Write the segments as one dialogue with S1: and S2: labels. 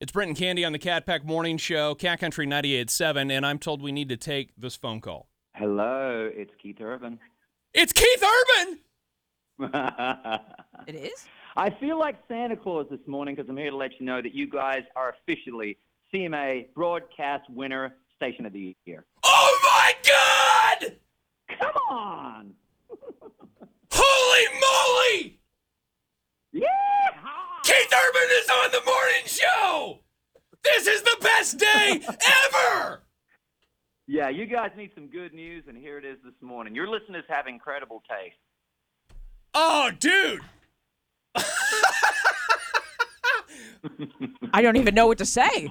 S1: It's Brent and Candy on the Cat Pack Morning Show, Cat Country 98.7, and I'm told we need to take this phone call.
S2: Hello, it's Keith Urban.
S1: It's Keith Urban!
S2: I
S3: It is?
S2: feel like Santa Claus this morning because I'm here to let you know that you guys are officially CMA Broadcast Winner Station of the Year.
S1: Oh my God!
S2: Come on!
S1: Holy moly!
S2: Yeah!
S1: Keith Urban is on the morning show! This is the best day ever!
S2: Yeah, you guys need some good news, and here it is this morning. Your listeners have incredible taste.
S1: Oh, dude!
S3: I don't even know what to say. I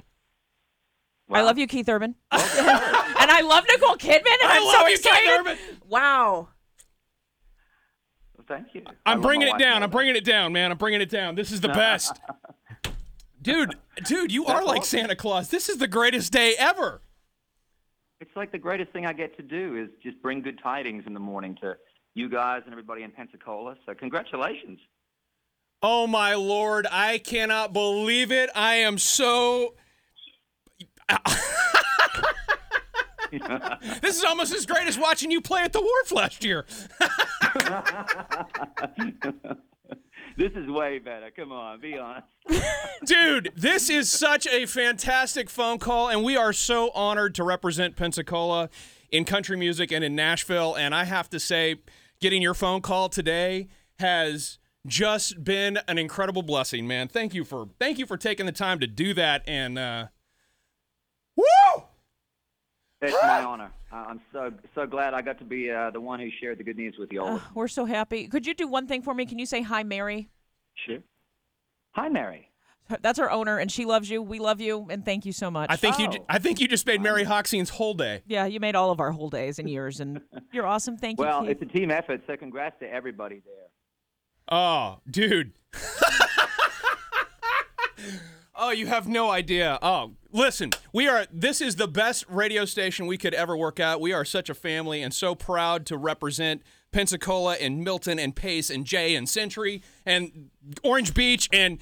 S2: Wow.
S3: love you, Keith Urban. and I love Nicole Kidman, and
S1: I
S3: am
S1: love
S3: so
S1: you, Keith
S3: excited.
S1: Urban.
S3: Wow.
S2: Well, Thank you. I
S1: I'm
S2: love my
S1: bringing it
S2: wife
S1: down.
S2: more
S1: I'm
S2: than-
S1: bringing it down, man. I'm bringing it down. This is the best. Dude, dude, you are like Santa Claus. This is the greatest day ever.
S2: It's like the greatest thing I get to do is just bring good tidings in the morning to you guys and everybody in Pensacola. So congratulations.
S1: Oh my lord, I cannot believe it. I am so This is almost as great as watching you play at the Wharf last year.
S2: This is way better. Come on, be honest.
S1: Dude, this is such a fantastic phone call, and we are so honored to represent Pensacola in country music and in Nashville. And I have to say, getting your phone call today has just been an incredible blessing, man. Thank you for thank you for taking the time to do that. And uh, woo!
S2: It's my honor. I- I'm so so glad I got to be uh, the one who shared the good news with you all.
S3: Oh, we're so happy. Could you do one thing for me? Can you say hi, Mary?
S2: Sure. Hi, Mary.
S3: That's our owner, and she loves you. We love you, and thank you so much.
S1: I think you ju-
S2: Oh.
S1: I think you just made Mary Hoxine's whole day.
S3: yeah, you made all of our whole days and years, and you're awesome. Thank you.
S2: Well,
S3: Keith.
S2: it's a team effort, so congrats to everybody there.
S1: Oh, dude. oh, you have no idea. Oh, listen, we are this is the best radio station we could ever work out. We are such a family and so proud to represent Pensacola and Milton and Pace and Jay and Century and Orange Beach and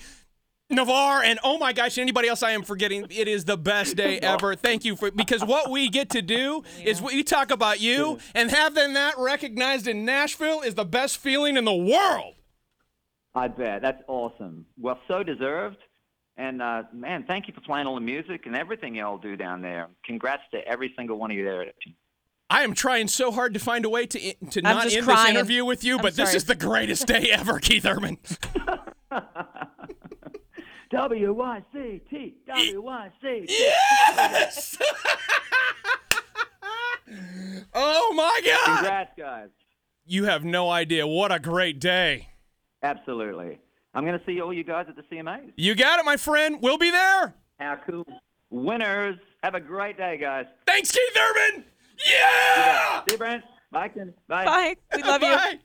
S1: Navarre and oh my gosh, anybody else I am forgetting, it is the best day ever. Thank you for because what we get to do is we talk about you and having that recognized in Nashville is the best feeling in the world.
S2: I bet that's awesome. Well, so deserved. And uh, man, thank you for playing all the music and everything y'all do down there. Congrats to every single one of you there.
S1: I am trying so hard to find a way to to not
S3: just
S1: end this
S3: crying.
S1: interview with you,
S3: I'm
S1: but this
S3: sorry.
S1: is the greatest day ever, Keith Urban.
S2: W Y C T W Y C T.
S1: Yes! oh my God!
S2: Congrats, guys.
S1: You have no idea what a great day.
S2: Absolutely. I'm gonna see all you guys at the CMAs.
S1: You got it, my friend. We'll be there.
S2: How cool! Winners. Have a great day, guys.
S1: Thanks, Keith Urban. Yeah.
S2: See you, Brent. Bye, Ken.
S3: Bye. We love you.
S1: Bye.